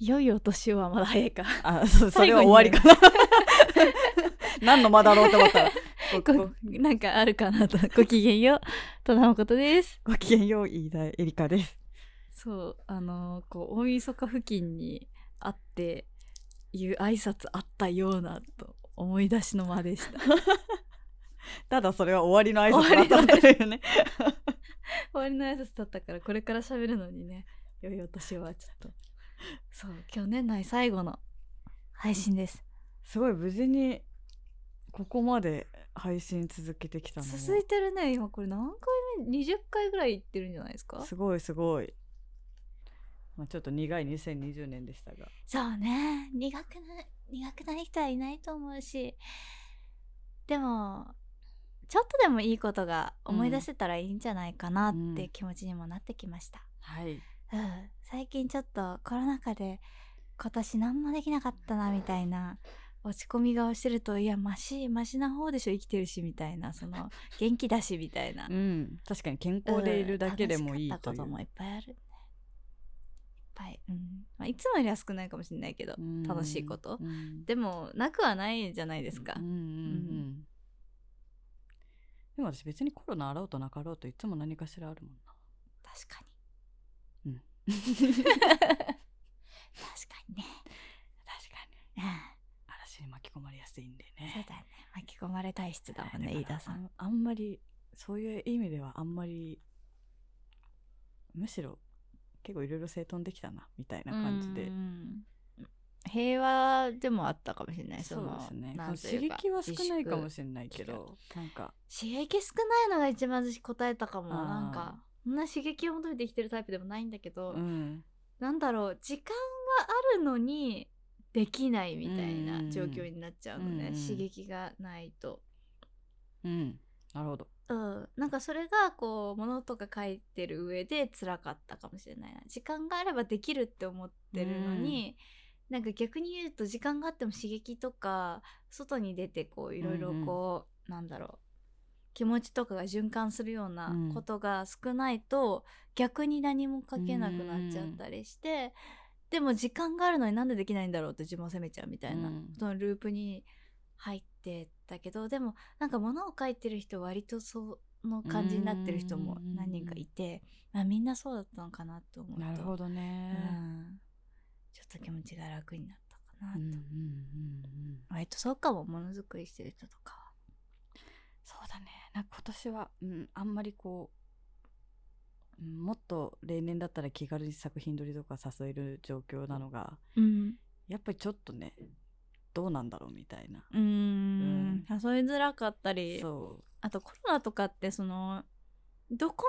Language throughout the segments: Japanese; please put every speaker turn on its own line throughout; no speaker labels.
良いお年はまだ早い か。
あそそ
最
れ
後
は
に
終わりかな何の間だろうと思ったらご
ご
ご
なんかあるか なと。ごきげんよう。戸田誠です。
ごきげんよう飯田エリカです
そう、あのーこう、大晦日付近に会って、いう挨拶あったようなと思い出しの間でした。 終
ただそれは終わりの挨拶だったというね
わりの挨拶だったから、これから喋るのにね、良いお年はちょっと。そう、今日年内最後の配信です。
すごい無事にここまで配信続けてきたのも
続いてるね、今これ何回目 ?20 回ぐらい行ってるんじゃないですか
すごいすごい、まあ、ちょっと苦い2020年でしたが
そうね苦くない苦くない人はいないと思うしでもちょっとでもいいことが思い出せたらいいんじゃないかなっ
う
て
ん
気持ちにもなってきました、
はい
うん最近ちょっとコロナ禍で今年何もできなかったなみたいな落ち込み顔してるといやマシマシな方でしょ生きてるしみたいなその元気だしみたいな
うん確かに健康でいるだけでもいい
うん
と
楽しかった
い
こ
う
ともいっぱいあるねいっぱい、うんまあ、いつもよりは少ないかもしれないけど、
うん
楽しいこと
うん
でもなくはないじゃないですか、
うんうんうんでも私別にコロナあろうとなかろうといつも何かしらあるもんな
確かに、
うん
確かにね、
確かに
うん、
嵐に巻き込まれやすいんで
そう
ね
だね巻き込まれ体質だもんね
はい
飯田さん
だからあんあんまりそういう意味ではあんまりむしろ結構いろいろ整頓できたなみたいな感じで
うん平和でもあったかもしれないそ
そう
の
ですね
なんと
刺
いうか
激は少ないかも
自粛
しれないけどなんか
刺激少ないのが一番私答えたかも
あー
なんかそんな刺激を求めて生きてるタイプでもないんだけど、
うん
なんだろう時間があるのにできないみたい
うんうんう
なん状況になっちゃうのね、
うんうん
刺激がないと。
うんなるほど
うん、なんかそれがこう物とか書いてる上で辛かったかもしれないな時間があればできるって思ってるのに、なんか逆に言うと時間があっても刺激とか外に出てこういろいろこう、なんだろう気持ちとかが循環するような
うん
ことが少ないと、逆に何も書けなくなっちゃったりして、でも時間があるのになんでできないんだろうって自分を責めちゃうみたいな、
うん
そのループに入ってったけどでもなんか物を書いてる人割とその感じになってる人も何人かいて、まあ、みんなそうだったのかなと思うと
なるほ
ど、
ど
う
ね
ん、ちょっと気持ちが楽になったかなと、
うんうんうんうん
割とそうかもものづくりしてる人とかは
そうだねなんか今年は、うん、あんまりこううんもっと例年だったら気軽に作品撮りとか誘える状況なのが
うん
やっぱりちょっとねどうなんだろうみたいな
うーん誘いづらかったり
そ
あとコロナとかってそのどこ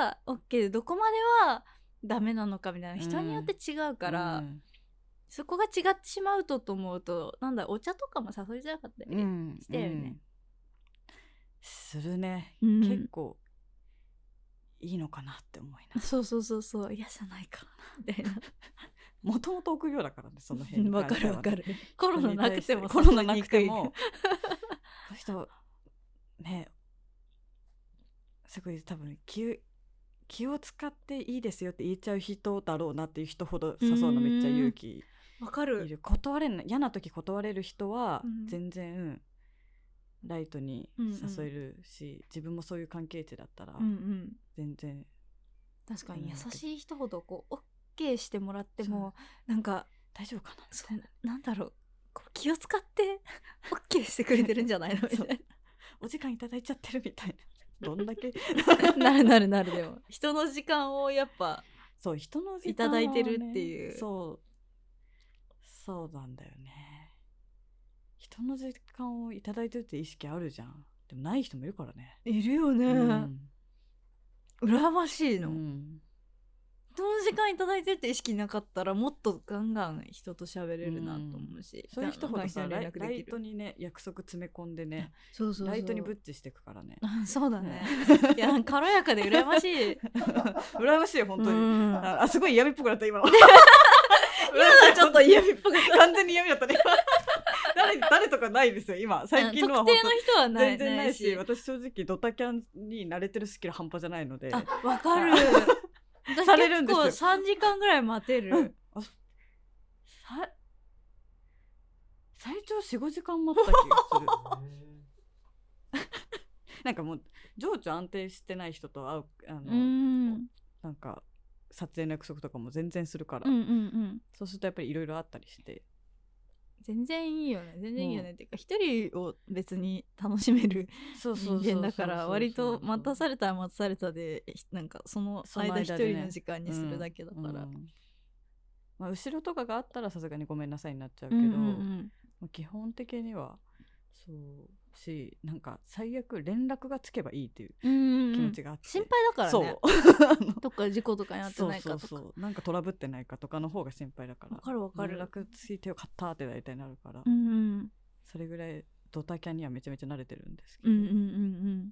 までが OK でどこまではダメなのかみたいな人によって違う
う
から、
うん
そこが違ってしまうとと思うとなんだお茶とかも誘いづらかったりね、
うん
したよね
うんするね、
うん
結構いいのかなって思いな
そうそうそうそう嫌じゃないかなみたいな
もともと臆病だからねその辺に
わ
関
か
して
る
は
わ
ね
かる コロナなくても
コロナなくてもこの人ねすごい多分気気を使っていいですよって言っちゃう人だろうなっていう人ほど誘うのめっちゃ勇気
わか
い
る
る断れない嫌な時断れる人は
うん
全然ライトに誘えるし、自分もそういう関係値だったら
うんうん
全然
確か
うん
に優しい人ほどこう OK してもらってもなんか
大丈夫かなみ
そ
たいな
うなんだろうこう気を使って OK してくれてるんじゃないのみた
そ
いうな
お時間いただいちゃってるみたいなどんだけ
なるなるなるでも人の時間をやっぱ
そう人の時
いただいてる
間をね
っていう
そうそうなんだよね人の時間をいただいてるって意識あるじゃんでもない人もいるからね
いるよね、
うん
羨ましいの、
うん
人の時間いただいてるって意識なかったらもっとガンガン人と喋れるなと思うし、
そういう人ほどさ
ガンガン
ライ
人に連
ラ
絡で
イ
きる
トにね約束詰め込んでね
そうそうそう
ライトにブッチしていくからね
あ そうだね
ね
いやなんか軽やかで羨まし い
羨ましい本当
う
に
ん
ああすごい嫌味っぽくなった今の
今のちょっと嫌味っぽく な
完全に嫌味だったね今誰誰とかないですよ今最近のは
特
本
定
当
の人はない
全然ないし
ない
私正直ドタキャンに慣れてるスキル半端じゃないので
あわかる私
されるんですよ
結構3時間ぐらい待てる、
うんあさ最長45時間待った気がするなんかもう情緒安定してない人と会うあの、
うん
なんか撮影の約束とかも全然するから、
うんうんうん
そうするとやっぱりいろいろあったりして
全然いいよね全然いいよね、っていうか一人を別に楽しめる
そう
人間だから割と待たさ
れ
れたら待たされたでひなんかその
その
間
間
一
でね
人の時間にするだけだから、
まあ、後ろとかがあったらさすがにごめんなさいになっちゃうけ
う
ど、
んうんうん
まあ基本的にはそうしなんか最悪連絡がつけばいいっていう
うんうん
気持ちがあって、
心配だからね
そう
どっか事故とかになって
そう
ないか
そ
と
う
か
そうなんかトラブってないかとかの方が心配だから
わかるわかる
連絡ついてよかったって大体なるから、
うんうん
それぐらいドタキャンにはめちゃめちゃ慣れてるんですけ
う
ど、
んうんうん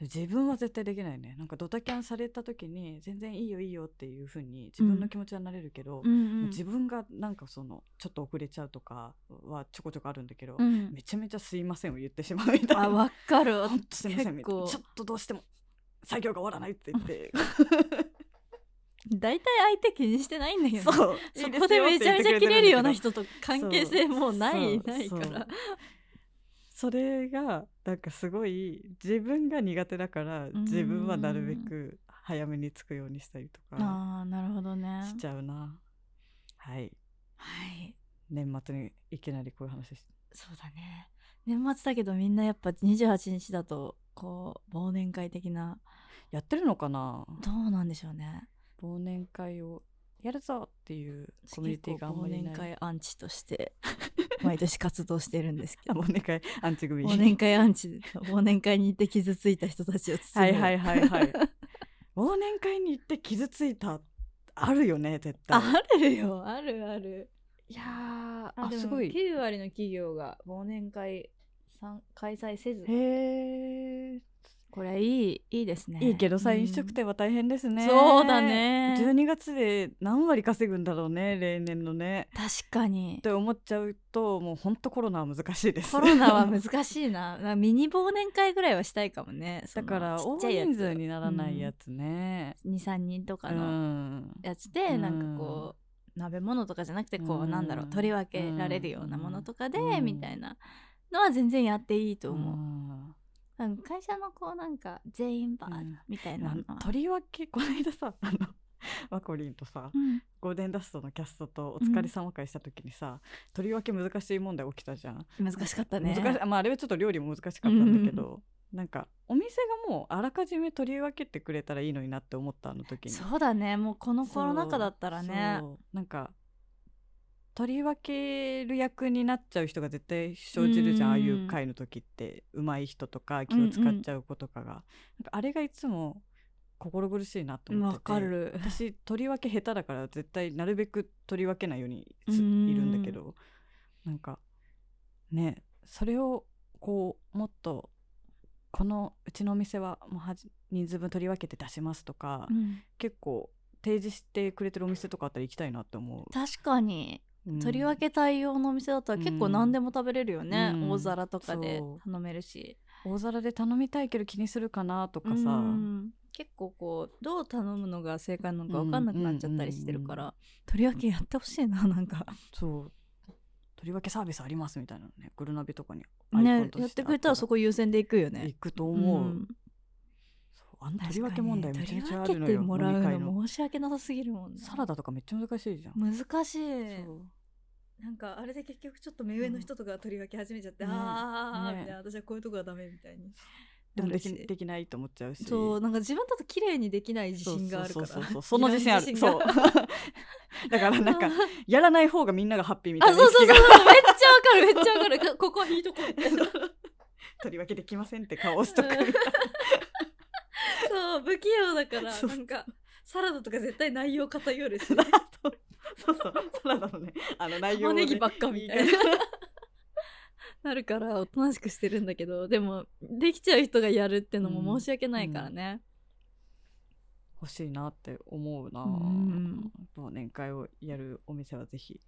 自分は絶対できないねなんかドタキャンされた時に全然いいよいいよっていう風に自分の気持ちはなれるけど、
うんうんうん
自分がなんかそのちょっと遅れちゃうとかはちょこちょこあるんだけど、
うん
めちゃめちゃすいませんを言ってしまうみたい
あ
な
わか る
ほんとすいません
結
みたいな
構
ちょっとどうしても作業が終わらないって言って
大体相手気にしてないんだけどね
そう
そ
いいすよ
こでめちゃめちゃ切れるような
って
人と関係性もうな
言
い
ってく
な
れて
い
るんだけど
から
そうそうそれがなんかすごい自分が苦手だから
ん
自分はなるべく早めに着くようにしたりとか
ああなるほどね
しちゃうなはい
はい
年末にいきなりこういう話して
そうだね年末だけどみんなやっぱ28日だとこう忘年会的な
やってるのかな
どうなんでしょうね
忘年会をやるぞっていうコミュニティがあんまりない
忘年会アンチとして 毎年活動してるんですけ
あ
ど
忘年会アンチ組
忘年会アンチ忘年会に行って傷ついた人たちを包
は
む
いはいはいはい忘年会に行って傷ついたあるよね絶対
あるよあるある
いやー
あ
あ
ですも
ごいへ
9割の企業が忘年会さん開催せず
え
これいいいいですね
いいけどさ、飲食店は大変ですね
そうだね
12月で何割稼ぐんだろうね例年のね
うん確か に
って思っちゃうともうほんとコロナは難しいです
コロナは難しいななんかミニ忘年会ぐらいはしたいかもねそ
だ
の
から
ちっ
大
ちゃいやつ
人数にならないやつね、
うん23人と
う
か
ん
のやつで、
うん
なんかこう鍋物とかじゃなくてこう、
うん
なんだろう取り分けられるようなものとかで、
うん
みたいなのは全然やっていいと思う、
ん
なんか会社のこうなんか全員バー
うん
みたいなのは、
とりわけこの間さあの マコリンとさ
うん
ゴールデンダストのキャストとお疲れ様会した時にさ、とりわけ難しい問題起きたじゃん、
難しかったね
難しまああれはちょっと料理も難しかったんだけど、なんかお店がもうあらかじめ取り分けてくれたらいいのになって思ったあの時に
そうだねもうこのコロナ禍だったらね
そうなんか取り分ける役になっちゃう人が絶対生じるじゃん、
うん
ああいう会の時ってうまい人とか気を使っちゃう子とかが、なんかあれがいつも心苦しいなと思って
わ
て
かる
私取り分け下手だから絶対なるべく取り分けないようについ
う
る
ん
んだけどなんかねそれをこうもっとこのうちのお店はもうはじ人数分取り分けて出しますとか、
うん
結構提示してくれてるお店とかあったら行きたいなって思
確かに
う、うん
取り分け対応のお店だったら結構何でも食べれるよね、
うん
大皿とかで
そう
頼めるし
大皿で頼みたいけど気にするかなとかさ、
うん結構こうどう頼むのが正解なのか分かんなくなっちゃったりしてるから、とりわけやってほしいななんか
そう取り分けサービスありますみたいなのねグルナビとかにアイコ
ね
ンと
やっ
して
てくれたらそこ優先でいくよね
行くと思う、
ん
そうあの
確かに
取り分け問題めちゃめちゃあ
取
るの
り分けて
よ
もらう
飲み会の
の申し訳なさすぎるもんね
サラダとかめっちゃ難しいじゃん、
難しい
そう
なんかあれで結局ちょっと目上の人とかが取り分け始めちゃって、
うんね
ああ、
ね
みたいな私はこういうとこはダメみたいに
でも
なる
で
し
きできないと思っちゃうし
そうなんか自分だと綺麗にできない自
そう
信があるから
そうそうそうその自信ある
い
そ
ろん
う
な自信が
だからな んかやらない方がみんながハッピーみた
あ
いな
そうそうそう
意識が
そ うめっちゃわかるめっちゃわかる かここは引いとこうみたいな
取り分けできませんって顔をしとくみたいな
そう不器用だから
そう
なんかサラダとか絶対内容偏るし
そうそうそうサラダのねあの内
玉
容をね
ねぎばっかみたいななるからおとなしくしてるんだけどでもできちゃう人がやるってのも申し訳ないからね、
欲しいなって思うな
うん
忘年会をやるお店はぜひ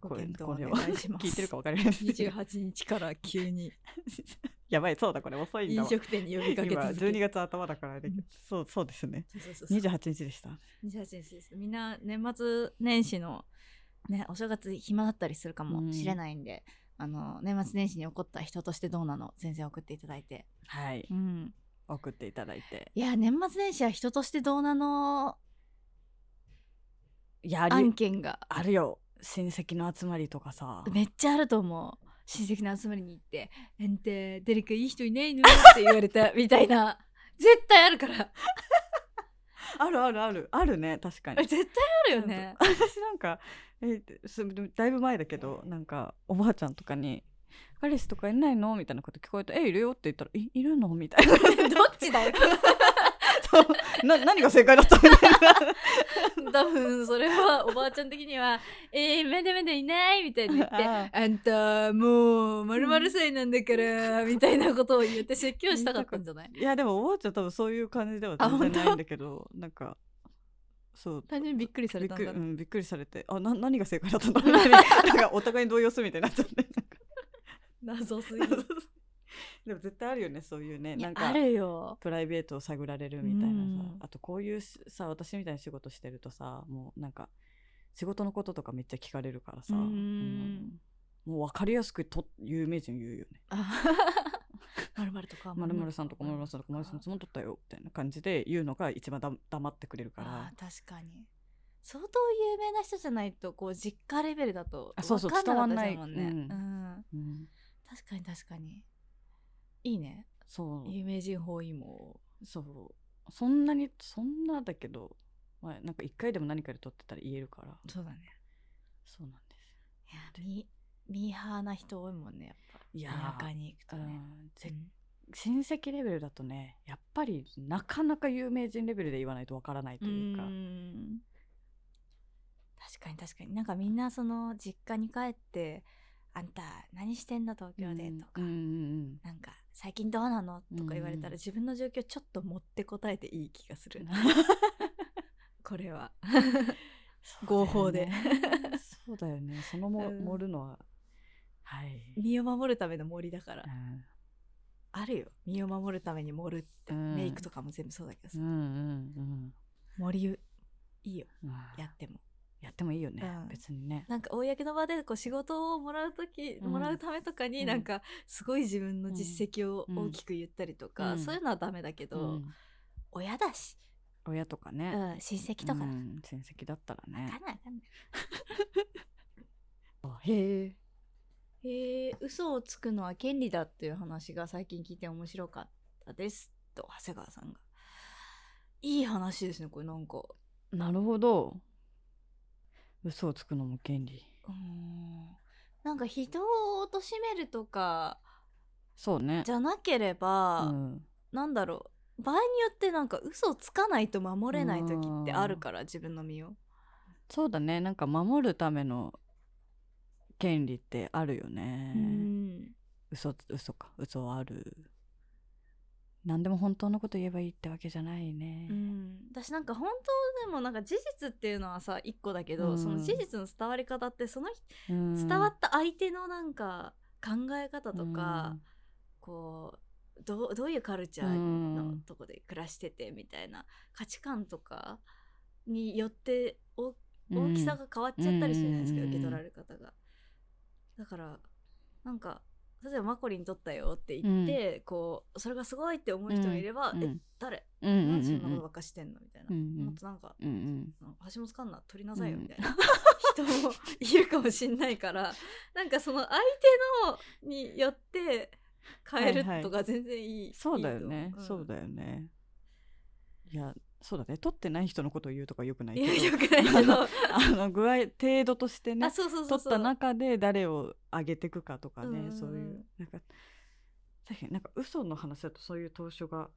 ご検討お
これ
願
これはい
します
聞いてるか分かりませんけど
28日から急 に
やばいそうだこれ遅いんだ
飲
わ
食店に呼びかけ
今
続け
12月頭だからねそうそうですね
そうそうそうそう
28日でした
28日ですみんな年末年始のね、お正月暇だったりするかもしれないんで、あの年末年始に起こった人としてどうなの全然送っていただいて、
はい
うん、
送っていただいて
いや年末年始は人としてどうなの
いやあ
案
り
件が
あるよ親戚の集まりとかさ
めっちゃあると思う親戚の集まりに行って「なんて誰かいい人いないの?」って言われ たみたいな絶対あるから
あるあるあるあるね確かに
絶対あるよね
うん私なんか えすでもだいぶ前だけどなんかおばあちゃんとかに「彼氏とかいないの?」みたいなこと聞こえて「えいるよ」って言ったら「いいるの?」みた いな
どっちだよ
そうな何が正解だったみたいな
多分それはおばあちゃん的には「えー、めでめでいない」みたいに言って
あ
「あんたもうまるまる歳なんだから」みたいなことを言って説教したかったんじゃない
いやでもおばあちゃん多分そういう感じでは
あ
全然
本当
ないんだけどなんかそう
単純にびっくりされたん
びっ
だ
くりうん、びっくりされてあな何が正解 だったんだろうみたいな なんかお互いに動揺するみたいになっちゃって
謎すぎ
なんか
る
でも絶対あるよねそういうね
い
な
や
んか
あるよ
プライベートを探られるみたいなさ、
うん
あとこういうしさ私みたいな仕事してるとさもうなんか仕事のこととかめっちゃ聞かれるからさ、
うん
うんもう分かりやすくと有名人言うよね
まるまるとか
「まるまるさんとかまるまるさんとかまるさんつも取ったよ」みたいな感じで言うのが一番だ黙ってくれるから
あー確かに相当有名な人じゃないとこう実家レベルだと
あそうそう
分かんなかったですもんね
伝わんない
うん
うん、
確かに確かにいいね
そう
有名人包囲網
そうそんなにそんなだけど、まあ、なんか一回でも何かで撮ってたら言えるから
そうだね
そうなんです
いやミミーハーな人多いもんねやっぱ
いやー
田舎に行くと
う
ね、う
んぜ
ん
親戚レベルだとねやっぱりなかなか有名人レベルで言わないとわからないというか、
うん確かに確かになんかみんなその実家に帰って「あんた何してんの東京で」とか、
うんうん
なんか「最近どうなの?」とか言われたら
うん
自分の状況ちょっと持って答えていい気がす
う
る
ん
これは
そうだよね
合法で
そうだよねそのも、
うん
盛るのははい、
身を守るための森だから
うん
あるよ身を守るために盛るって
うん
メイクとかも全部そうだけど
う
さ
んうん
森いいよ
うん
や
や
っても
やってもいいよね、
うん
別にね
なんか公の場でこう仕事をもらう時
うん
もらうためとか
う
に
ん
なんかすごい自分の実績を
うん
大きく言ったりとか、
うん
そういうのはダメだけど、
うん
親だし、
親とか
う
ね、
ん、親戚とかだから、
うん親戚だったら
わ
ね
かんないわかんない
あへえ
えー、嘘をつくのは権利だっていう話が最近聞いて面白かったですと長谷川さんがいい話ですねこれなんか
なるほど嘘をつくのも権利
うーんなんか人を貶めるとか
そうね
じゃなけれ
う
ば、
ん、
なんだろう場合によってなんか嘘をつかないと守れない時ってあるから自分の身を
そうだねなんか守るための権利ってあるよね
うん
嘘嘘か嘘はある何でも本当のこと言えばいいってわけじゃないね
うん私なんか本当でもなんか事実っていうのはさ一個だけど、
うん
その事実の伝わり方ってその人
うん
伝わった相手のなんか考え方とか、こうどうどういうカルチャーのとこで暮らしててみたいな価値観とかによって大
うん
大きさが変わっちゃったりするじゃないですか、
うん
受け取られる方が。だからなんか例えばマコリン取ったよって言って、こうそれがすごいって思う人がいれば「
うん
え誰
うんうん
な
うんん
で
う
そんな
ん
ことばっかしてんの?」みたいな、
うんうん
もっとなんか
うんうん
橋本環奈取りなさいよ
うん
みたいな、 人もいるかもしんないからなんかその相手のによって変え
はいは
る
い
とか全然いい、
そうだよね、そう
よ
だよねいやそうだね取ってない人のことを言うとかよくない
い
けど
やよくないけど
あの具合程度としてね
あそうそうそう
取っ
そう
た中で誰を上げていくかとかね、
うんうんうん
そういうなんか確かになんか嘘の話だとそういう投書が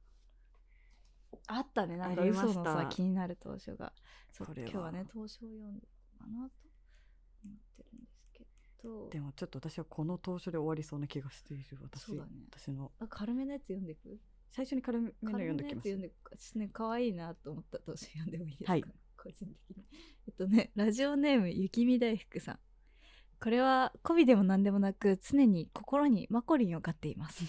あったねなんか
ありま
嘘
した
のさ気になる当初がそう
これ
今
は
日はね当初を読んでかなと思ってるんですけど
でもちょっと私はこの投書で終わりそうな気がしている私
そうだね
私の
あ軽めのやつ読んでいく
最初に軽めの
軽め
読ん
の
で
やつ
きます
読んでいくかちょっとね可愛いなと思った当初読んでもいいですか、
はい
個人的にえっとねラジオネーム雪見大福さんこれは媚びでも何でもなく常に心にマコリンを飼っています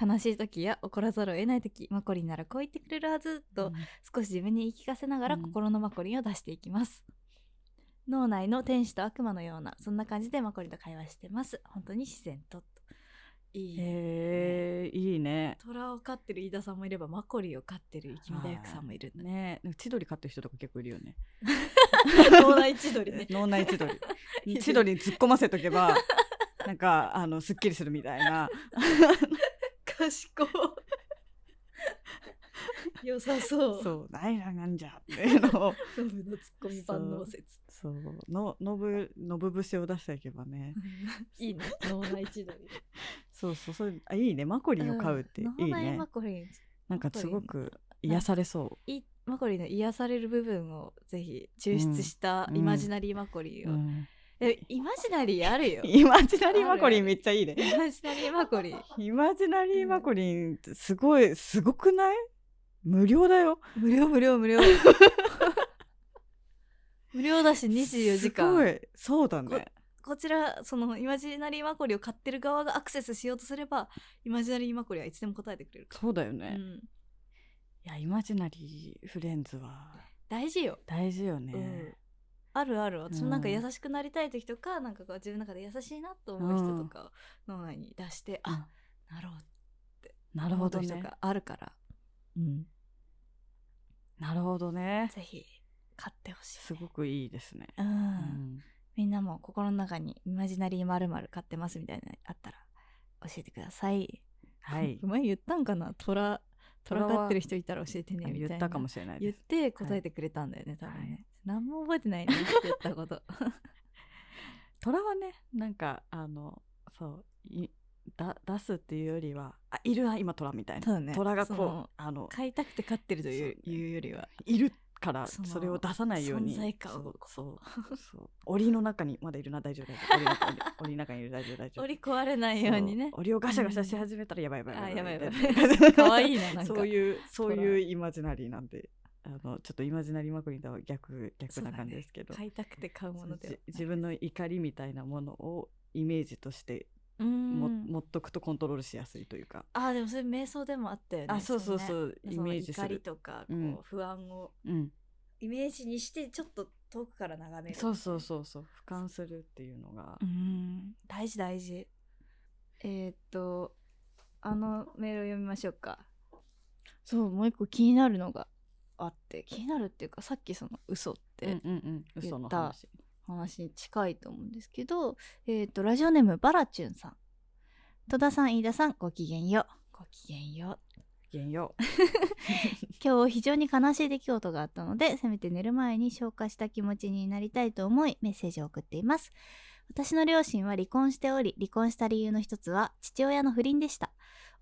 悲しい時や怒らざるを得ない時マコリンならこう言ってくれるはずと
うん
少し自分に言い聞かせながら
うん
心のマコリンを出していきます、脳内の天使と悪魔のようなそんな感じでマコリと会話してます本当に自然とといい、
へえいいね
虎を飼ってる飯田さんもいればマコリを飼ってる君大福さんもいるんだね
ね千鳥飼ってる人とか結構いるよね
脳内千鳥ね
脳内千鳥千鳥に突っ込ませとけばなんかあのすっきりするみたいな
賢い 良さそう
そう何らなんじゃってい うのを
ノブのツッコミ万能説
そうののぶのぶ節を出していけばね
いいね脳内千鳥
そうそうそれあいいねマコリンを飼うってい
うん
い
脳内
ね
マコリン
なんかすごく癒されそ
いマコリの癒される部分をぜひ抽出した
うん
イマジナリーマコリ
う、
を、
うん
えイマジナリーあるよイ
イマジナリーマコリンめっちゃいいね
マジナリーマコリ
イマジナリーマコリンすごいすごくない 無料だよ
無料無料無料 無料だし24時間
すごいそうだね
こちらそのイマジナリーマコリを買ってる側がアクセスしようとすればイマジナリーマコリはいつでも答えてくれるか
そうだよ
ら、
ね、
う
い
ん、
やイマジナリーフレンズは
大事よ、
大事よ
うん
ね、
あるある私もなんか
うん
優しくなりたい時とか、なんかこう自分の中で優しいなと思う人とかを脳内に出して、あなろう
なるほど
と
ね、
かあるから
うん、なるほどね
ぜひ買ってほしい、
すごくいいですね、
うん
うん
みんなも心の中にイマジナリーまる買ってますみたいなのあったら教えてください
はい
前言ったんかな虎虎
虎は
飼ってる人いたら教えてねみたいな
言ったかもしれない
言
で
っ
す
て答えてくれたんだよね、多分ね、
はい
何も覚えてないね言った こと
虎はねなんかあのそういだ出すっていうよりはあいるな今虎みたいな、
だね
虎が
そ
こ
の
うあの
飼いたくて飼ってるという
そう
いうよりはい
るから
その
それを出さないように
存在感を
そうそうそう檻の中にまだいるな大丈夫大丈 夫檻の中に檻の中にいる大丈夫大丈夫
折り壊れないようにね
そう檻をガシャガシャし始めたらやばいやばい
あやばいやばい
みた
可愛いななんか
そういうそう
トラ
いうイマジナリーなんであのちょっとイマジナリーマコリンとは逆逆な感じですけど、
そうだね飼いたくて飼う
そ
も
う
のでは
じ自分の怒りみたいなものをイメージとしても、
分
持っとくとコントロールしやすいというか、
あーでもそれ瞑想でもあったよね
あそうそう
れね
そうイ
その
メージす
怒り
る、
とかこ
うん
う不安を
うん、
イメージにしてちょっと遠くから眺める
そうそうそうそう俯瞰するっていうのが、
うん大事大事えー、っとあのメールを読みましょうかそうもう一個気になるのがあって気になるっていうかさっきその嘘っ
うん
て
うんうん、
言った
嘘の話
話に近いと思うんですけど、えー、っとラジオネームバラチュンさん戸田さん飯田さんごきげんようごきげんよう
原 用
今日非常に悲しい出来事があったのでせめて寝る前に消化した気持ちになりたいと思いメッセージを送っています私の両親は離婚しており離婚した理由の一つは父親の不倫でした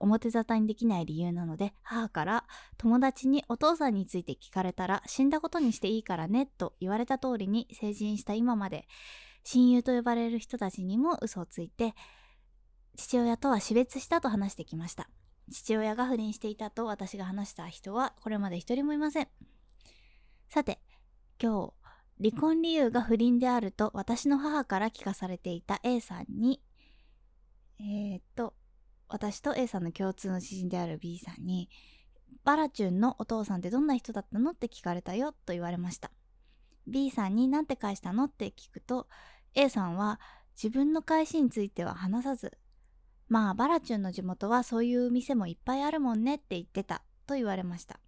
表沙汰にできない理由なので母から友達にお父さんについて聞かれたら死んだことにしていいからねと言われた通りに成人した今まで親友と呼ばれる人たちにも嘘をついて父親とは死別したと話してきました父親が不倫していたと私が話した人はこれまで一人もいませんさて今日離婚理由が不倫であると私の母から聞かされていた A さんにえーっと私と A さんの共通の知人である B さんにバラチュンのお父さんってどんな人だったのって聞かれたよと言われました B さんに何て返したのって聞くと A さんは自分の返しについては話さずまあバラチュンの地元はそういう店もいっぱいあるもんねって言ってたと言われました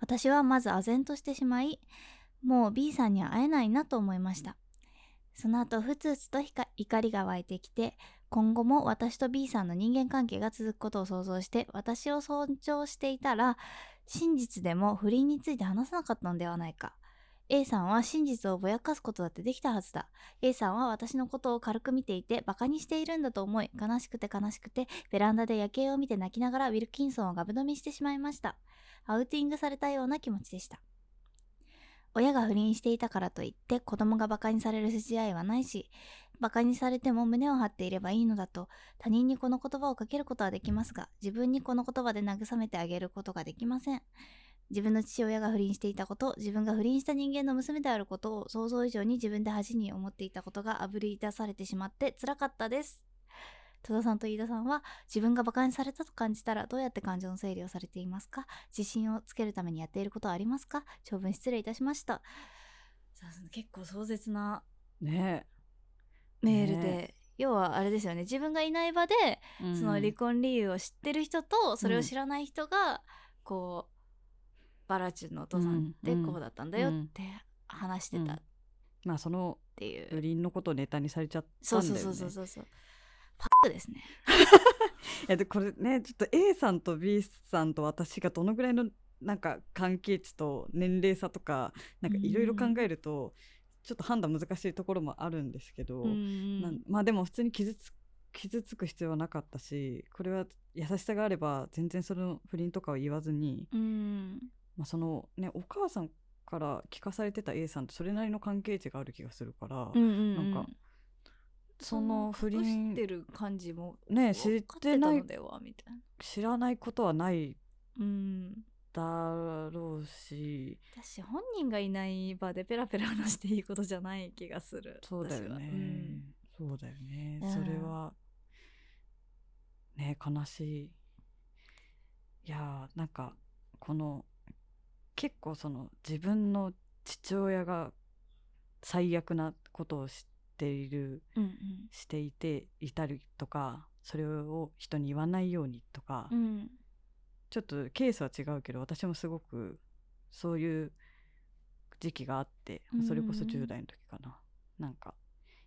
私はまず唖然としてしまいもう B さんには会えないなと思いましたその後ふつふつとひか怒りが湧いてきて今後も私と B さんの人間関係が続くことを想像して私を尊重していたら真実でも不倫について話さなかったのではないか A さんは真実をぼやかすことだってできたはずだ A さんは私のことを軽く見ていてバカにしているんだと思い悲しくて悲しくてベランダで夜景を見て泣きながらウィルキンソンをガブ飲みしてしまいましたアウティングされたような気持ちでした親が不倫していたからといって子供がバカにされる筋合いはないしバカにされても胸を張っていればいいのだと他人にこの言葉をかけることはできますが自分にこの言葉で慰めてあげることができません自分の父親が不倫していたこと自分が不倫した人間の娘であることを想像以上に自分で恥に思っていたことがあぶり出されてしまって辛かったです戸田さんと飯田さんは自分が馬鹿にされたと感じたらどうやって感情の整理をされていますか自信をつけるためにやっていることはありますか長文失礼いたしましたそうそう結構壮絶な
ね
メールで、
ね
要はあれですよね自分がいない場で、
え、うん
その離婚理由を知ってる人とそれを知らない人が、こうバラチュンのお父さんって
うん
こうだったんだよって話してたっ
まあその
ていう、
不倫のことをネタにされちゃった
そ
ん
う
だよ
そう
ね
そうそうそうそうパックですね
いやでこれねちょっと A さんと B さんと私がどのぐらいのなんか関係値と年齢差とかなんかいろいろ考えると、ちょっと判断難しいところもあるんですけど、
うん
なんまあでも普通に傷つ傷つく必要はなかったしこれは優しさがあれば全然その不倫とかは言わずに、
うん
まあ、そのねお母さんから聞かされてた A さんとそれなりの関係値がある気がするから、
うんうんうん
なんかその不
知っ
倫
てる感じも
ね知ってな
分
い
かってたのではみたいな
知らないことはない
うん
だろうし
私本人がいない場でペラペラ話していいことじゃない気がする
そうだよね、そうだよね、
うん
それはね悲しいいやーなんかこの結構その自分の父親が最悪なことをしている
私はうん
していていたりとかそれを人に言わないようにとか、
うんうん
ちょっとケースは違うけど私もすごくそういう時期があって
うん
それこそ10代の時かな、なんか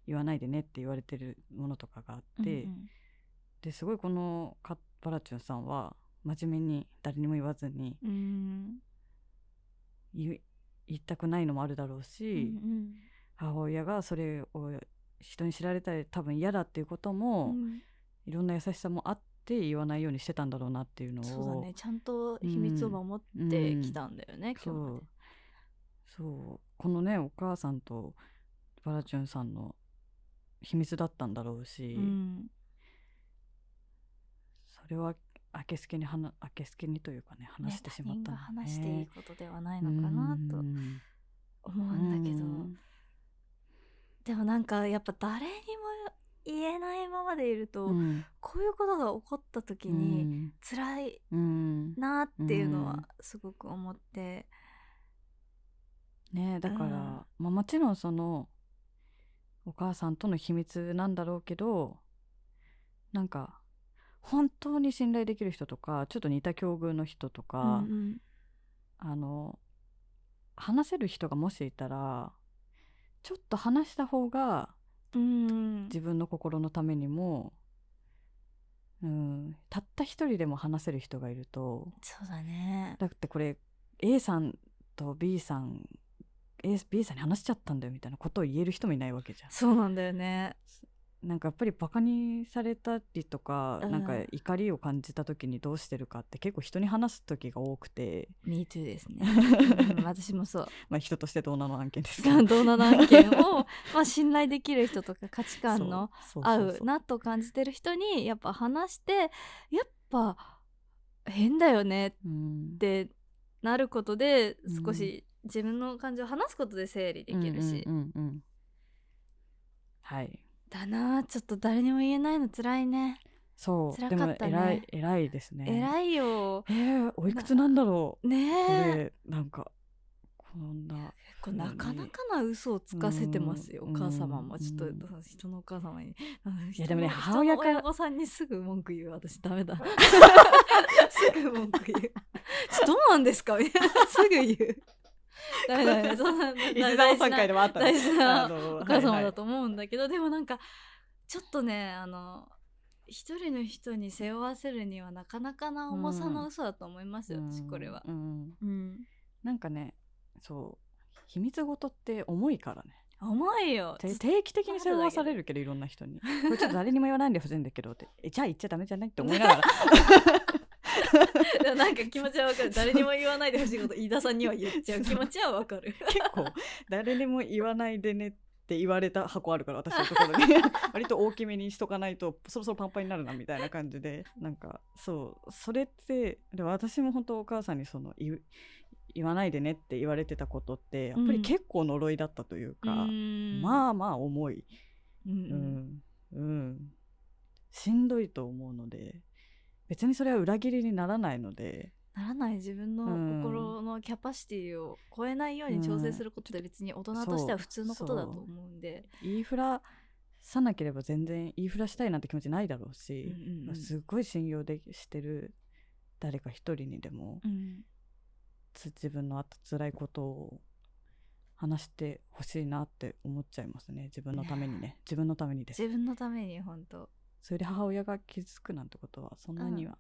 言わないでねって言われてるものとかがあ
う
っ
ん
て、
うん
ですごいこのカッパラチュンさんは真面目に誰にも言わずに
うん
言い言いたくないのもあるだろう
う
し、
ん
母親がそれを人に知られたら多分嫌だっていうこと
う
も、
ん
いろんな優しさもあって言わないようにしてたんだろうなっていうのを
そうだねちゃんと秘密を守ってきたんだよね、
そ
今日まで
うそうこのねお母さんとバラチュンさんの秘密だったんだろうし、
うん
それは明けすけにはな明けすけにというかね話してしまった
ね
ん
他人
だ
が
ね
話していいことではないのかなと
うん
思うんだけど、
うん
でもなんかやっぱ誰にも言えないままでいると、
うん
こういうことが起こった時に辛い
うん
なっていうの
う
は
ん
すごく思って、
ねだから、
うん
まあ、もちろんそのお母さんとの秘密なんだろうけどなんか本当に信頼できる人とかちょっと似た境遇の人と
う
か、
んうん
あの話せる人がもしいたらちょっと話した方が
うん
自分の心のためにも、うん、たった一人でも話せる人がいると
そうだね
だってこれ A さんと B さん A B さんに話しちゃったんだよみたいなことを言える人もいないわけじゃ
そうなんだよね
ん。なんかやっぱりバカにされたりとか、
うん
なんか怒りを感じた時にどうしてるかって結構人に話す時が多くて、
Me too です ね、うん私もそう
まあ、人としてどうなの案件ですけど
がどうな案件を、まあ、信頼できる人とか価値観の
そう
合
そうそう
うなと感じてる人にやっぱ話してやっぱ変だよねっ
うん
てなることで
うん
少し自分の感情を話すことで整理できるし、
うんうんうんうんはい
だなあちょっと誰にも言えないの辛いね、
そう
辛かったね
でも偉い偉いですね
偉いよ
えー、おいくつなんだろうこ
ねえ
れなんかこ んな
結構なかなかな嘘をつかせてますよ、
うん
お母様も
うん
ちょっと、人のお母様にあの 人の
でもね
人の
母親から
親御さんにすぐ文句言う私ダメ だ すぐ文句言うちょどうなんですかみたいなすぐ言うダメだねそんな
伊
大
沢
事
さん
な
会でもあった
大事な
お
お母様だと思うんだけど、でもなんかちょっとねあの一人の人に背負わせるにはなかなかな重さの嘘だと思いますよ、私これは。うん
なんかねそう秘密事って重いからね
重いよ
て定期的に背負わされるけどいろんな人 にこれちょっと誰にも言わないでほしいんだけどってえじゃあ言っちゃダメじゃないって思いながら
でも なんか気持ちはわかる誰にも言わないでほしいこと飯田さんには言っちゃう
そう
気持ちはわかる
結構誰にも言わないでねって言われた箱あるから私のところ に割と大きめにしとかないとそろそろパンパンになるなみたいな感じでなんかそうそれってでも私も本当お母さんにその言う言わないでねって言われてたことってやっぱり結構呪いだったというか、
まあ、
まあまあ重い、
う
うんんうんしんどいと思うので別にそれは裏切りにならないので
ならない自分の心のキャパシティを超えないように調整することって別に大人としては普通のことだと思うんで、
言いふらさなければ全然言いふらしたいなんて気持ちないだろう
うん
し、
うんうん
すっごい信用できしてる誰か一人にでも、
うん
つ自分のあった辛いことを話してほしいなって思っちゃいますね自分のためにね自分のためにです
自分のために本当
それで母親が傷つくなんてことはそんなには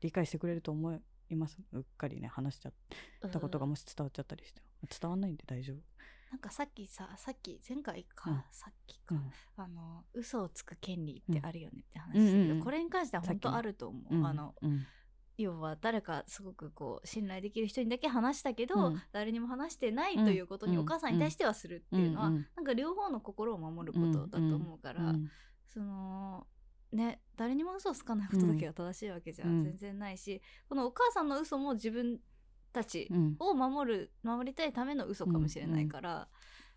理解してくれると思います、うっかりね話しちゃったことが
うん
もし伝わっちゃったりしても伝わんないんで大丈夫、
なんかさっきささっき前回か、
うん
さっきか、
うん
あの嘘をつく権利ってあるよねって話
うん
したけど、
うんうんうん
これに関しては本
さっき
当
ね
あると思う、
うん
あの
うん
要は誰かすごくこう信頼できる人にだけ話したけど、
うん
誰にも話してない
うん
ということに
うん
お母さんに対してはするっていうのは、
うんうん
なんか両方の心を守ることだと思うから、
うん
そのね誰にも嘘をつかないことだけが正しいわけじゃ
うん
全然ないし、このお母さんの嘘も自分たち
うん
を守る守りたいための嘘かもしれないから、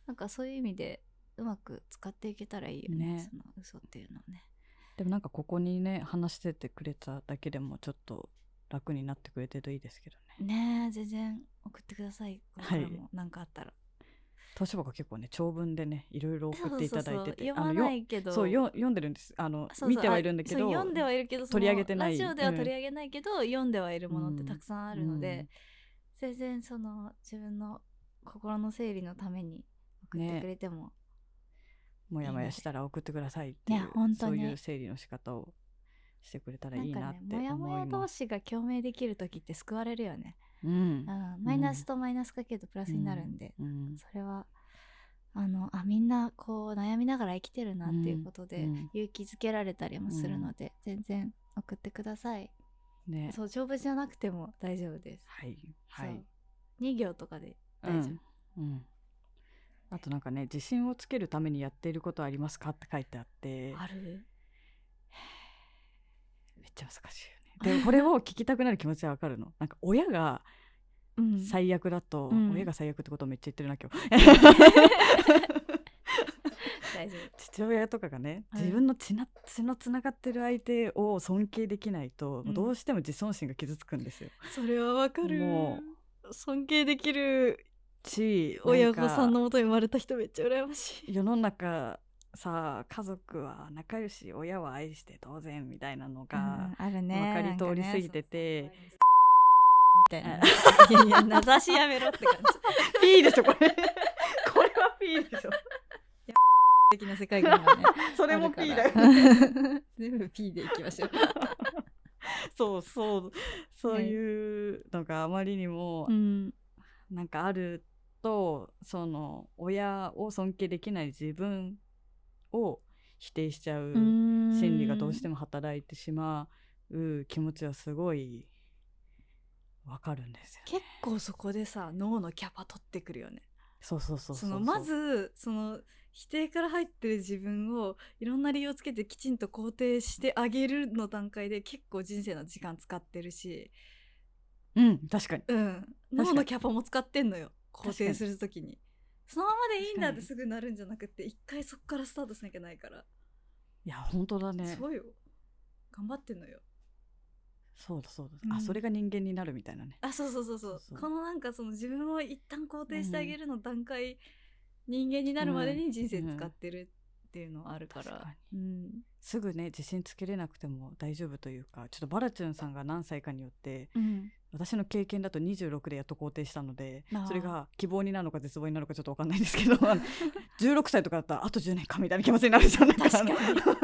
なんかそういう意味でうまく使っていけたらいいよね
ね
その嘘っていうのをね。
でもなんかここにね話しててくれただけでもちょっと楽になってくれてるといいですけどね
ねえ全然送ってくださいこれから
は
も何かあったら。
東芝が結構ね長文でねいろいろ送っていただいてて
そうそうそう読
あ
ま
のよ
ないけど
そうよ読んでるんですあの
そうそう
見てはいるんだけ
あそ
ど
う読んではいるけどその
取り上げてない
ラジオでは取り上げないけど、読んではいるものってたくさんあるの
うん
で、全然その自分の心の整理のために送ってくれても、
もやもやしたら送ってくださいっていう
いや本当に
そういう整理の仕方をしてくれたらいい
な
なんっ
か
て
ね
思
も
い
や
ます
もや同士が共鳴できる時って救われるよね、
うん
うん、マイナスとマイナスかけるとプラスになるんで、
うん
それはあのあみんなこう悩みながら生きてるなっていうことで、
うん
勇気づけられたりもするので、全然送ってください
ね
そう丈夫じゃなくても大丈夫です
はいは
そう
い
2行とかで大丈夫、
うんうんあとなんかね自信をつけるためにやっていることはありますかって書いてあって
ある
めっちゃ難しいよねでもこれを聞きたくなる気持ちはわかるのなんか親が
うん
最悪だと、
うん
親が最悪ってことをめっちゃ言ってるな今日
大丈
父親とかがね
はい
自分の血な血のつながってる相手を尊敬できないと、
うん
どうしても自尊心が傷つくんですよ。
夫それはわか
るも
尊敬できる
しなんか
もとに生まれた人めっちゃ羨まし
世の中さ家族は仲良し親は愛して当然みたいなのが
ある
分
ね
かり通り過ぎてて、
なんかねそうみたいないやいや名指しやめろって感じ
ピーでしょこ れこれはピーでしょ
的な世界観 がね
そ
そ
れもピーだよ
全部 P でいきま しょう
そうそうそういうのがあまりにも
うん
なんかあるとその親を尊敬できない自分を否定しちゃうう心理がどうして
も
も働いてしまう気持ちはすごいわかるんですよ、ね。
結構そこでさ脳のキャパ取ってくるよね
そうそうそう
そうのまずその否定から入ってる自分をいろんな理由をつけてきちんと肯定してあげるの段階で結構人生の時間使ってるし、
うん確かに
うん、
かに
脳のキャパも使ってんのよ
かに
肯定するときにそのままでいいんだっ
確か
て
に
すぐなるんじゃなくて一回そこからスタートしなきゃないから、
いや本当だね
すごいよ頑張ってんのよ
そうだそうだ、
う
あ
ん
それが人間になるみたいなね
あそうそうそうそう
そうそう
このなんかその自分を一旦肯定してあげるの段階、人間になるまでに人生使ってるっていうのはあるから、
確か
うん
すぐね自信つけれなくても大丈夫というかちょっとバラチュンさんが何歳かによって
うん、
私の経験だと26でやっと肯定したので
あー
それが希望になるのか絶望になるのかちょっと分かんないんですけど あの16歳とかだったらあと10年かみたいな気持ちになるじゃん なん
確か
あの
確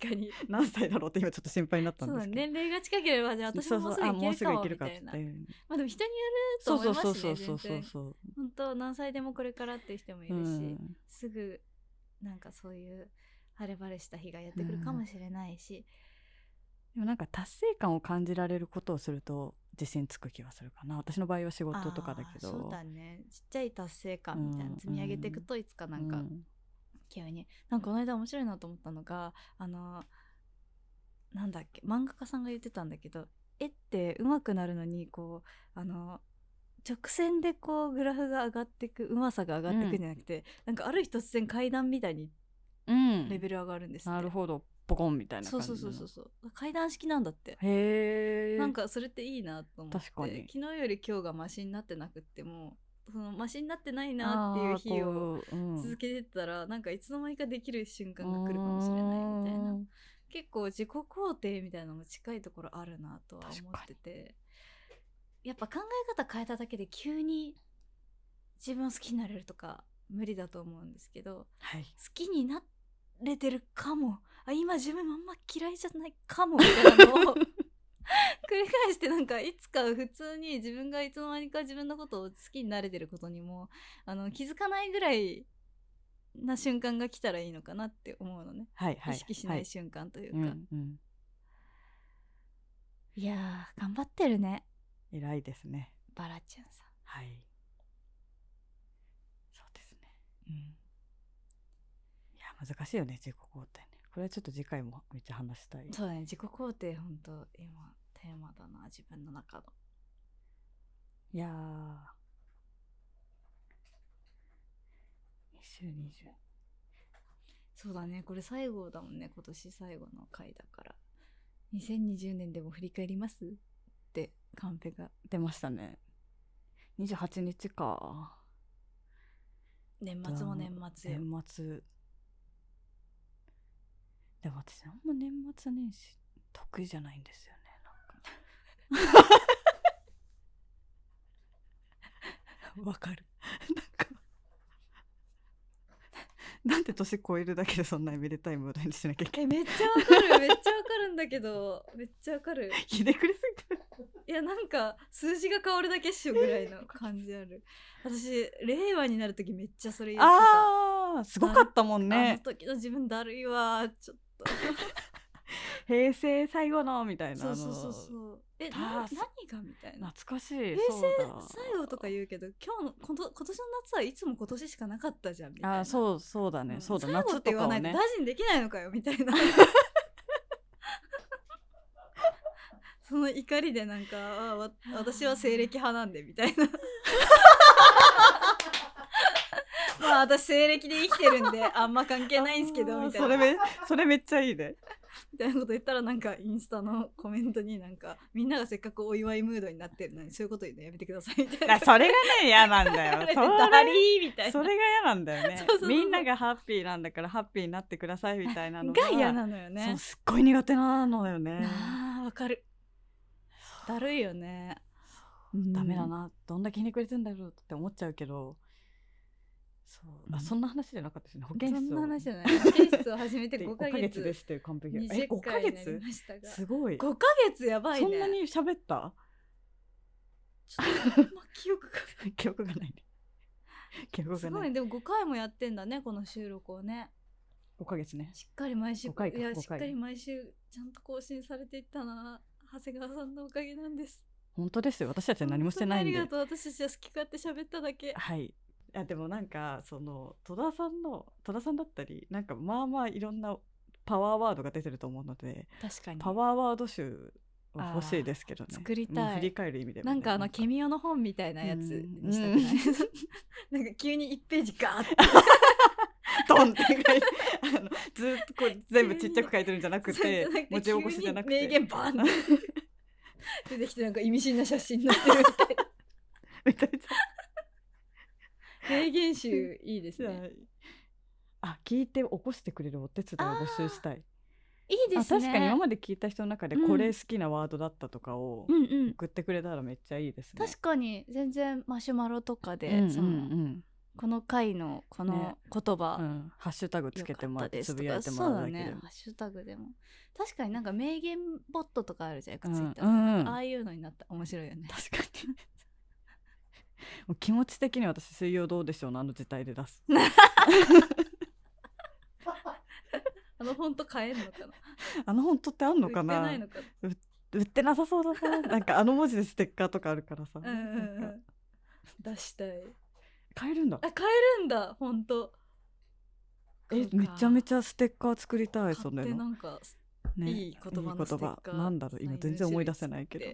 かに
何歳だろうって今ちょっと心配になった
そ
ん
うだ
です
ね
け
年
ど。
齢が近ければじゃあ私ももうすぐ
あ
いけ
もう
る
す
か
ぐい
も
ける
み
か
た
っ
い
て
なまあでも人によると
そう
思
そ
いうますし
そ
ね
うそうそ
全然
うそうそう
本当何歳でもこれからっていう人もいるし、
うん
すぐなんかそういう晴れ晴れした日がやってくるかもしれないし、
でもなんか達成感を感じられることをすると自信つく気はするかな私の場合は仕
あ
事
ー
とかだけど
そうだねちっちゃい達成感みたいな
うん
積み上げていくといつかなんか
うん
急に、なんかこの間面白いなと思ったのがあのなんだっけ漫画家さんが言ってたんだけど絵って上手くなるのにこうあの直線でこうグラフが上がってくうまさが上がってくんじゃなくて、なんかある日突然階段みたいに
うん
レベル上がるんですって、
なるほどポコンみたいな
そ
感
う
じ
そ
の
うそうそうそう階段式なんだって
へえ
なんかそれっていいなと思って
確かに
昨日より今日がマシになってなくってもそのマシになってないなっていう日を続
続
けてたら、なんかいつの間にかできる瞬間が来るかもしれないみたいな結構自己肯定みたいなのも近いところあるなとは思っててやっぱ考え方変えただけで急に自分を好きになれるとか無理だと思うんですけど
はい
好きになれてるかもあ今自分あんま嫌いじゃないかもみたいなの を繰り返してなんかいつか普通に自分がいつの間にか自分のことを好きになれてることにもあの気づかないぐらいな瞬間が来たらいいのかなって思うのね、
はいはい
意識しない
と
瞬間という
う
か、
んうん
いやー頑張ってるね
偉いですね
バラちゃんさ
はいそうですね
ん、
いや難しいよね自己肯定ねこれはちょっと次回もめっちゃ話したい
そうだね自己肯定ほんと今テーマだな自分の中の
いやー2020
そうだねこれ最後だもんね今年最後の回だから2020年でも振り返りますってカンペが
出ましたね28日か
年末も年末よ
年末でも私あんま年末年始得意じゃないんですよねなんか わかるなんかなんで年超えるだけでそんなめでたいムードにしなきゃいけ
えめっちゃわかるめっちゃわかるんだけどめっちゃわかる
ひねくれすぎてる
いやなんか数字が変わるだけっしょぐらいの感じある私令和になる時めっちゃそれ言ってた
あーすごかったもん
あの
ね
時の自分だるいわちょっ と
平成最後のみたいな
そうそうそう
う
そうえ
タ
な
ース
何がみたいな
懐かしい
平成
そうだ
最後とか言うけど今日のこの今年の夏はいつも今年しかなかったじゃんみたいな
あーそうそうだ
う
ね、
ん
そうだ
最後
夏
って
と
言
か
わ
を
ないと
ね
大事にできないのかよみたいな その怒りでなんかあわ私は西暦派なんでみたい なまあ私西暦で生きてるんであんま関係ないんすけど
あー
みたいな
それめそれめっちゃい いね
みたいなこと言ったらなんかインスタのコメントになんかみんながせっかくお祝いムードになってるのにそういうこと言うのやめてくださいみたいな
あ。それがね嫌なん だよ
あれ
そ
で
れ
ダリーみたい
そ
な。
れが嫌なんだよね
そうそうそう
みんながハッピーなんだからハッピーになってくださいみたいなの
が嫌なのよ
そ
ね
う。すっごい苦手なのよね
なあわかる。だるいよね。
ダメだ
うん。
などんだけひねくれてんだろうって思っちゃうけどそう
う
あ、
ん
そんな話じゃなかったですね保健
そ
室を
んな話じゃ ない。保健室を始めて
で
5
5
ヶ
ヶ
月
月ですっていう完璧え
20
5ヶ
回になり
月
ましたが。
すごい
5ヶ月やばいね。
そんなに喋った
ちょっとあんま記憶が。
記憶がないね記憶
す
が
ご
ない
いねでも5回もやってんだねこの収録をね。
5ヶ月ね
しっかり毎週
5回か
いや
5
しっか
回
り毎週ちゃんと更新されていったな長谷川さんのおかげなんです
本当ですよ私たちは何もしてないんで
本当にありがとう私たちは好き勝手喋っただけ
はい。あでもなんかその戸田さんの戸田さんだったりなんかまあまあいろんなパワーワードが出てると思うので
確かに
パワーワード集は欲しいですけどね
あー作りたい
うん振り返る意味でもね、
なんか あのケミオの本みたいなやつにしたく ないなんか急に1ページガーッ
ドンって書いてあのずーっとこう全部ちっちゃく書いてるんじゃな
と
く て文字起こしじゃなくて
名言バーンって 出てきてなんか意味深な写真になってるみたいな
めちゃめち
名言集いいです
ゃ
ね
あ聞いて起こしてくれるお手伝いを募集したい
いいで
あ
すね
確かに今まで聞いた人の中でこ
う
れ
ん
好きなワードだったとかを
うんうん
送ってくれたらめっちゃいいですね、
確かに全然マシュマロとかで、
うんうん
その
うん
この回のこ
ね
の言葉、
うん、ハッシュタグつけてもらって
良か
つ
ったですとか
ぶやいてもらうだけ
そう
で
だねハッシュタグでも確かになんか名言ボットとかあるじゃんよく
うん
ツイッターと
う
か
んうん
ああいうのになったら面白いよね確かに
もう気持ち的に私「水曜どうでしょう」のあの時代で出す
あのフォント変えるのかな
あの本当ってあ んのか
売
な
ってないのか
売ってなさそうだ ななんかあの文字でステッカーとかあるからさ、
なうんうんう
なん
ん
か
出したい
買えるんだ
あ変えるんだフォント
えめちゃめ
ゃ
ちゃステッカー作りた
買
いそ
っ
れ
てな
の、
んか
ね、
いい言葉のステッカー
いい言葉なんだろう今全然思い出せないけど、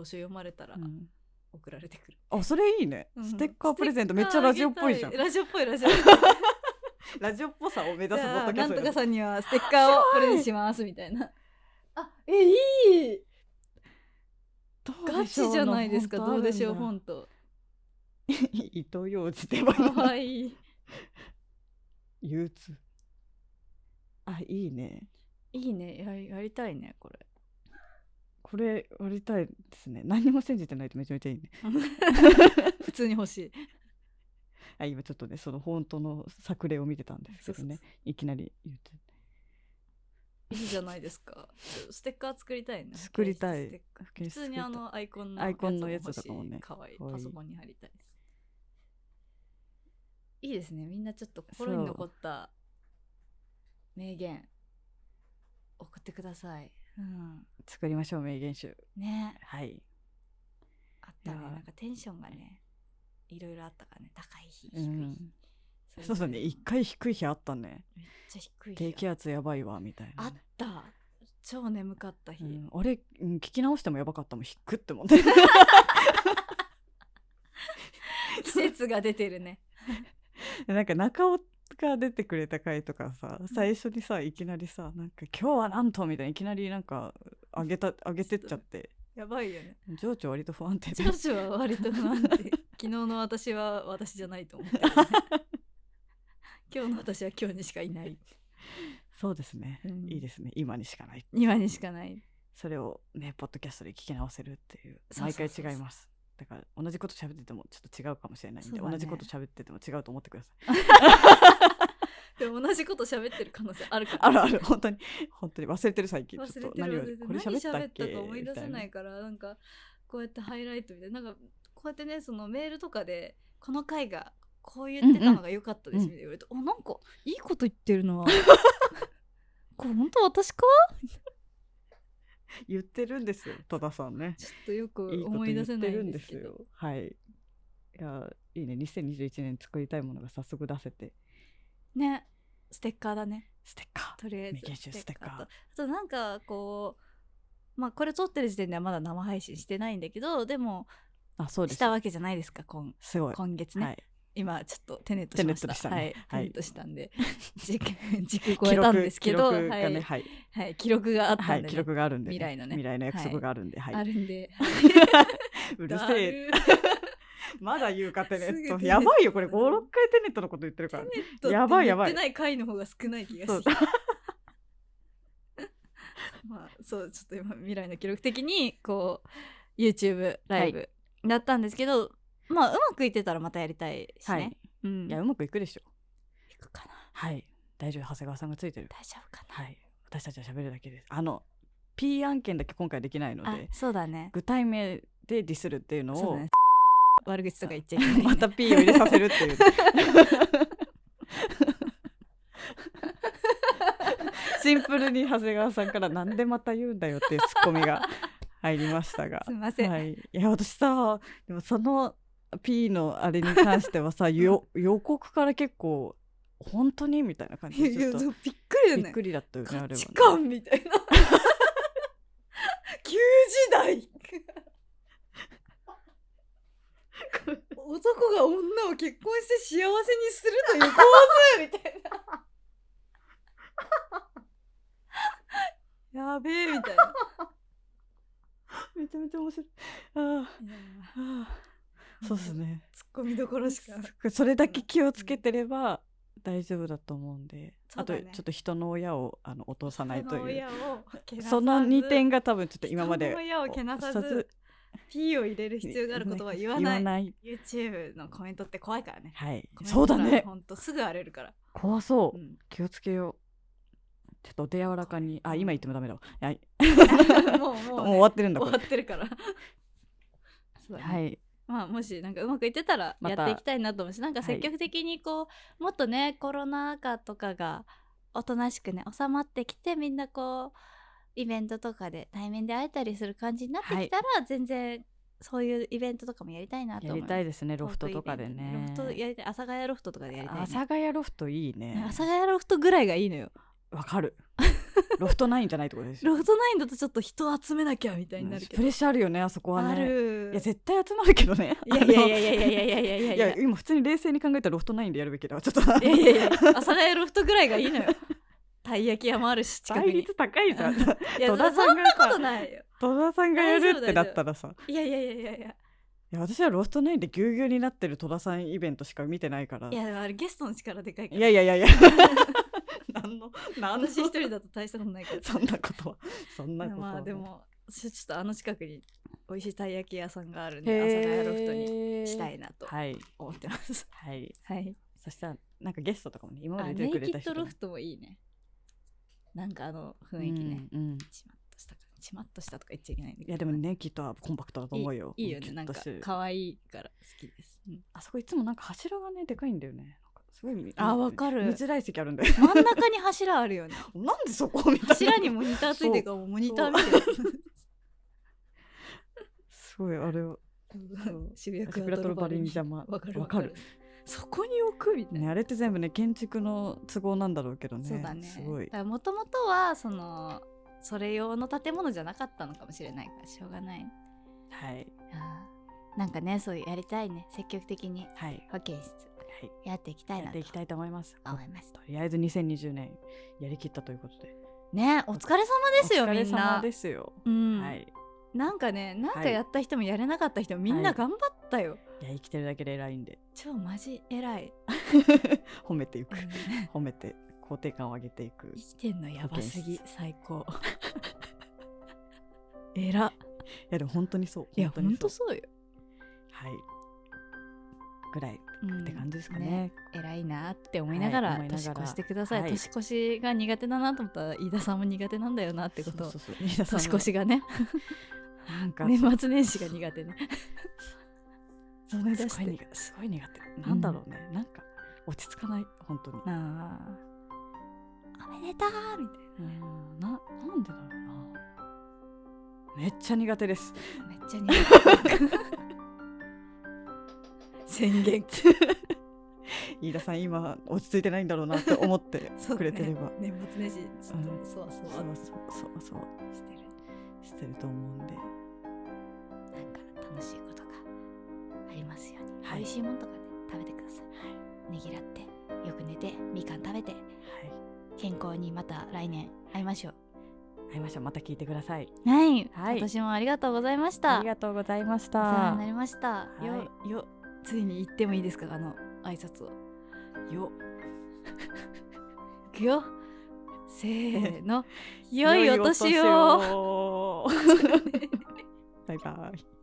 ど書読まれたら
うん
送られてくる、
あそれいいね、
うん
ステッカープレゼントめっちゃラジオっぽいじゃん
ステッカーあげたラジオっぽいラジオ
ラジオっぽさを目指すポッドキ
な
ャス
ん
ト
とか
よ
さんにはステッカーをこれにしますみたいな。あえいい
どう
ガ
でしょう
チじゃないですかどうでしょう本
本
当。
伊藤洋次では
か
な
わ
い
いい。
憂鬱あいいね
いいねやりやりたいねこれ。
これ割りたいですね何も信じてないとめちゃめちゃいいね
普通に欲しい。
あ今ちょっとねその本当の作例を見てたんですけどね
そう
いきなり言って
いいじゃないですか。ステッカー作りたいね。
作りたい
ステッカー
不謹
普
慎
通にあのアイコンの
アイコンのやつとかもね
可愛いい
かわいい
パソコンに貼りたいです。いいですね。みんなちょっと心
そ
に
う
残った名言送ってください。うん。
作りましょう名言集
ね。
はい
あったね。
いやー
なんかテンションがね、いろいろあったからね。高い日、低
う
い日。
ん
れぞ
そ
れ
うそうね一回低い日あったね
めっちゃ低い日。
低気圧やばいわみたい
あ
な
っ
ね、
た。超眠かった日。
うんあれ、うん、聞き直してもやばかったもん低ってもんね
季節が出てるね。
なんか中尾が出てくれた回とかさ最初にさいきなりさなんか今日はなんとみたいないきなりなんか上げた上げてっちゃって
やばいよ ね。
情緒割と不安定
長所は割と不安定昨日の私は私じゃないと思う、ね、今日の私は今日にしかいない
そうですね、
うん
いいですね今にしかない
今にしかない
それをねポッドキャストで聞き直せるっていう
そうそう
毎
そうそ
回
う
違いますだから同じこと喋っててもちょっと違うかもしれないん
そ
で、
うだね
同じこと喋ってても違うと思ってください
でも同じこと喋ってる可能性あるから
あるある本当に本当に忘れてる最近
忘れて
ち
る
ょっと
忘
何を
れてる
これ
何
喋った
喋
っ
っ
け
たか思い出せない
み
からなんかこうやってハイライトみたいななんかこうやってねそのメールとかでこの回がこう言ってたのが良かったですみたいな言われて、あなんかいいこと言ってる なこれ本当私か
たいな言ってるんですよ戸田さんね
ちょっとよく
いいこと
思い
言
出
っ
せな
て
い
る
ん
ん
で
ですす
けど
よはいいやいいね2021年作りたいものが早速出せて
ねステッカーだね
ステッカ
とりあえず
メキシコステッカー
とあとなんかこうまあこれ撮ってる時点ではまだ生配信してないんだけどでも
ーあそうで
し
す
たわけじゃないですか今
すごい
今月ね、
はい
今ちょっとテネットしました
テネットでしたね
はい、テ
はい
ネットしたんで時 空時空超えたんですけど
記録がね
は
はい
いはい、記録があったんで
は
ね、
い、記録があるんで、
未来のね
未来の約束があるんで、はい。
あるんで、
う
う
るせえ。
え
まだ言うかテネ
すぐテネッ
ット。
ト
やばいよ、これ5、6回テネットのこと言ってるからね。やばいやばい
言ってない回の方が少ない気が
そう
して まあそうちょっと今未来の記録的にこう YouTube ライ
は
ブだったんですけど、まあうまくいってたらまたやりたいしね、
はい。
うん
いや、うまくいくでしょ。
いくかな
はい。大丈夫、長谷川さんがついてる。
大丈夫か
はい。私たちは喋るだけです。あの、P 案件だけ今回できないの
な、
で
あ、そうだね
具体名でディスるっていうの
そう
を
だ、ね悪口とか言っちゃいけない、ね、
また P を入れさせるっていう。シンプルに長谷川さんからなんでまた言うんだよっていうツッコミが入りましたが
す。いません、
はい、いや私さでもその P のあれに関してはさよ予告から結構「本当に?」みたいな感じ
いや
で
い
ち
や
ょっと
そうびっくりよ
びっ
ね
くりだったよねあ
価
れはね
値観みたいな 旧時代男が女を結婚して幸せにするという構図みたいなやべえみたいな
めちゃめちゃ面白いあーあーそうですね
ツッコミどころしか
それだけ気をつけてれば大丈夫だと思うんで、
そ
あ
う
と
だ
ち
ね
ょっと人の親をあの落とさないという
う
その2点が多分ちょっと今まで
人の親をけなさず
おず
P を入れる必要があることは言わ
言
な
わ
い
ない
YouTube のコメントって怖いからね
はい そうだね
本当すぐ荒れるから、
怖そう、
うん
気をつけようちょっとお手柔らかにあ今言ってもダメだわいや
もうもう,、
もう終わってるんだこ
終わ
れ
ってるから。 そうだね
はい
まあもしなんかうまくいってたら
ま
や
た
っていきたいなと思うし、なんか積極的にこう、もっとねコロナ禍とかがおとなしくね収まってきてみんなこうイベントとかで対面で会えたりする感じになってきたら、全然そういうイベントとかもやりたいなと
や
思う
りたいですねロフトとかでね
トークイベントロフトやりたい阿佐ヶ谷ロフトとかでやりたい、
阿
ね
佐ヶ谷ロフトいいね
ね阿佐ヶ谷ロフトぐらいがいいのよ
わかるロフトナインじゃないってことですよ
ロフトナインだとちょっと人集めなきゃみたいになるけ
プ
ど、
レッシャーあるよねあそこはね
ある
いや絶対集まるけどね
いやいやいやいやいやいやいやいやい
い
や
や今普通に冷静に考えたらロフトナインでやるべきだちょっと
いやいやいや阿佐ヶ谷ロフトぐらいがいいのよたい焼き屋もあるし近く
倍
にい
率高いじゃん戸
やそ
戸
ん
田
な
さんが
こと ないよ
田さんがやるって
大丈
な
夫大
っ
丈夫
たらさ
いやいやいやいやいや
いや私はロフトナインでぎゅうぎゅうになってる戸田さんイベントしか見てないから
いやでもあれゲストの力でかいか
い
ら
やいや いやいや何の何の
私一人だと大したことないから
そんなことはそんなことは
まあでもちょちょっとあの近くに美味しいたい焼き屋さんがあるん
へ
で阿佐
ー
ヶ谷ロフトにしたいなと
はい
思ってます
はい
はい
そしたらなんかゲストとかもね今ま
あ
で
ネ
出
イ
てくれ
キ
た
ッド
人と
ロ
か
フトもいいねなんかあの雰囲気ね、
うんうん
ちまっとしたかちまっとしたとか言っちゃいけないんだけど
いやでもネイキッドはコンパクトだと思うよ
いいよ
キ
ね
ュッ
なん
と
か
してる
可愛いから好きです、うん
あそこいつもなんか柱がねでかいんだよねなんかすごい見
あわかる
見づらい席あるんだよ
真ん中に柱あるよね
なんでそこみたいな
柱にモニターついてるからもうモニターみたい
すごいあれを
な渋谷
シ
ク
プ
ラ
ラ
ト
ト
ル
ル
バ
バ
リ
リ
ン
ン
邪
邪
魔
魔
わかる
わかる
そこに置くみたいな、
ねあれって全部ね建築の都合なんだろうけどね
そうだね
すごい
もともとはそのそれ用の建物じゃなかったのかもしれないからしょうがない
はい
あーなんかねそういうやりたいね積極的に
はいはい
保健室やっていきたい
や
な
っ
と
ていきたいと思います
思います
とりあえず2020年やりきったということで
ねお疲れ様ですよ
お疲れ
みん
様
な
ですよ
うん
はい
なんかねなんか
はい
やった人もやれなかった人もみんな
はい
頑張ったよ、
いや生きてるだけで偉いん で
超マジ偉い、
褒めていく
うん
褒めて肯定感を上げてい く
生きてんのやばす
保健
ぎ
室
最高 偉っ
いやでも本当にそう
いやほんと
う
そうよ、
はいぐらい
うん
って感じですかね,、
偉いなって思いながら、
はい思いな
年
がら
越してください、
はい
年越しが苦手だなと思ったら飯田さんも苦手なんだよなってことを
そうそうそう皆さん
年
も
越しがね
なんか、
年末年始が苦手ね思い
す
出
ご
し
い
て
苦すごい苦手なんだろうね、なんか落ち着かない本当に
あ ーおめでとうみたいな
うんななんでだろうなめっちゃ苦手です
めっちゃ 苦手宣言
飯田さん今落ち着いてないんだろうなって思 って
そう
く
だね
れてれば
年末年始ちょっとそわそ
そう,、
わ
そうそうそう
してる、
してると思うん
なん
で
か楽しいことがありますように、
はい
美味しいものとかね食べてください、ねぎらってよく寝てみかん食べて健康にまた来年会いましょう
はい会いましょうまた聞いてください
はい、
はい
今年もありがとうございました
ありがとうございまし
お世話
た
になりました、よ
はいよ
ついに言ってもいいですかあの挨拶を
よ
いくよせー の良いお年を
良いお年をバイバイ